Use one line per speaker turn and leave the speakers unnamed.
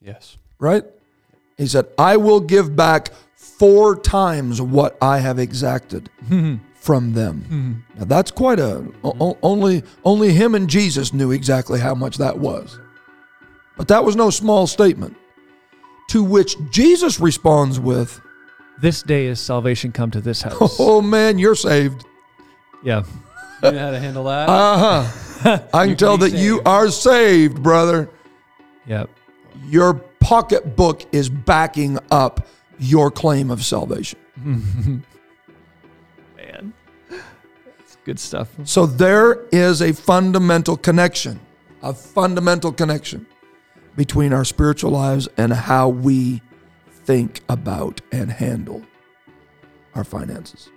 Yes.
right? He said, I will give back four times what I have exacted
Mm-hmm.
from them. Now that's quite a o- o- only only him and Jesus knew exactly how much that was. But that was no small statement. To which Jesus responds with,
This day is salvation come to this house.
"Oh man, you're saved.
Yeah. Uh,
You know how to handle that?
I can tell
be
that you
saved."
are saved, brother.
Yeah.
Your pocketbook is backing up your claim of salvation."
Man. It's good stuff.
So there is a fundamental connection, a fundamental connection between our spiritual lives and how we think about and handle our finances.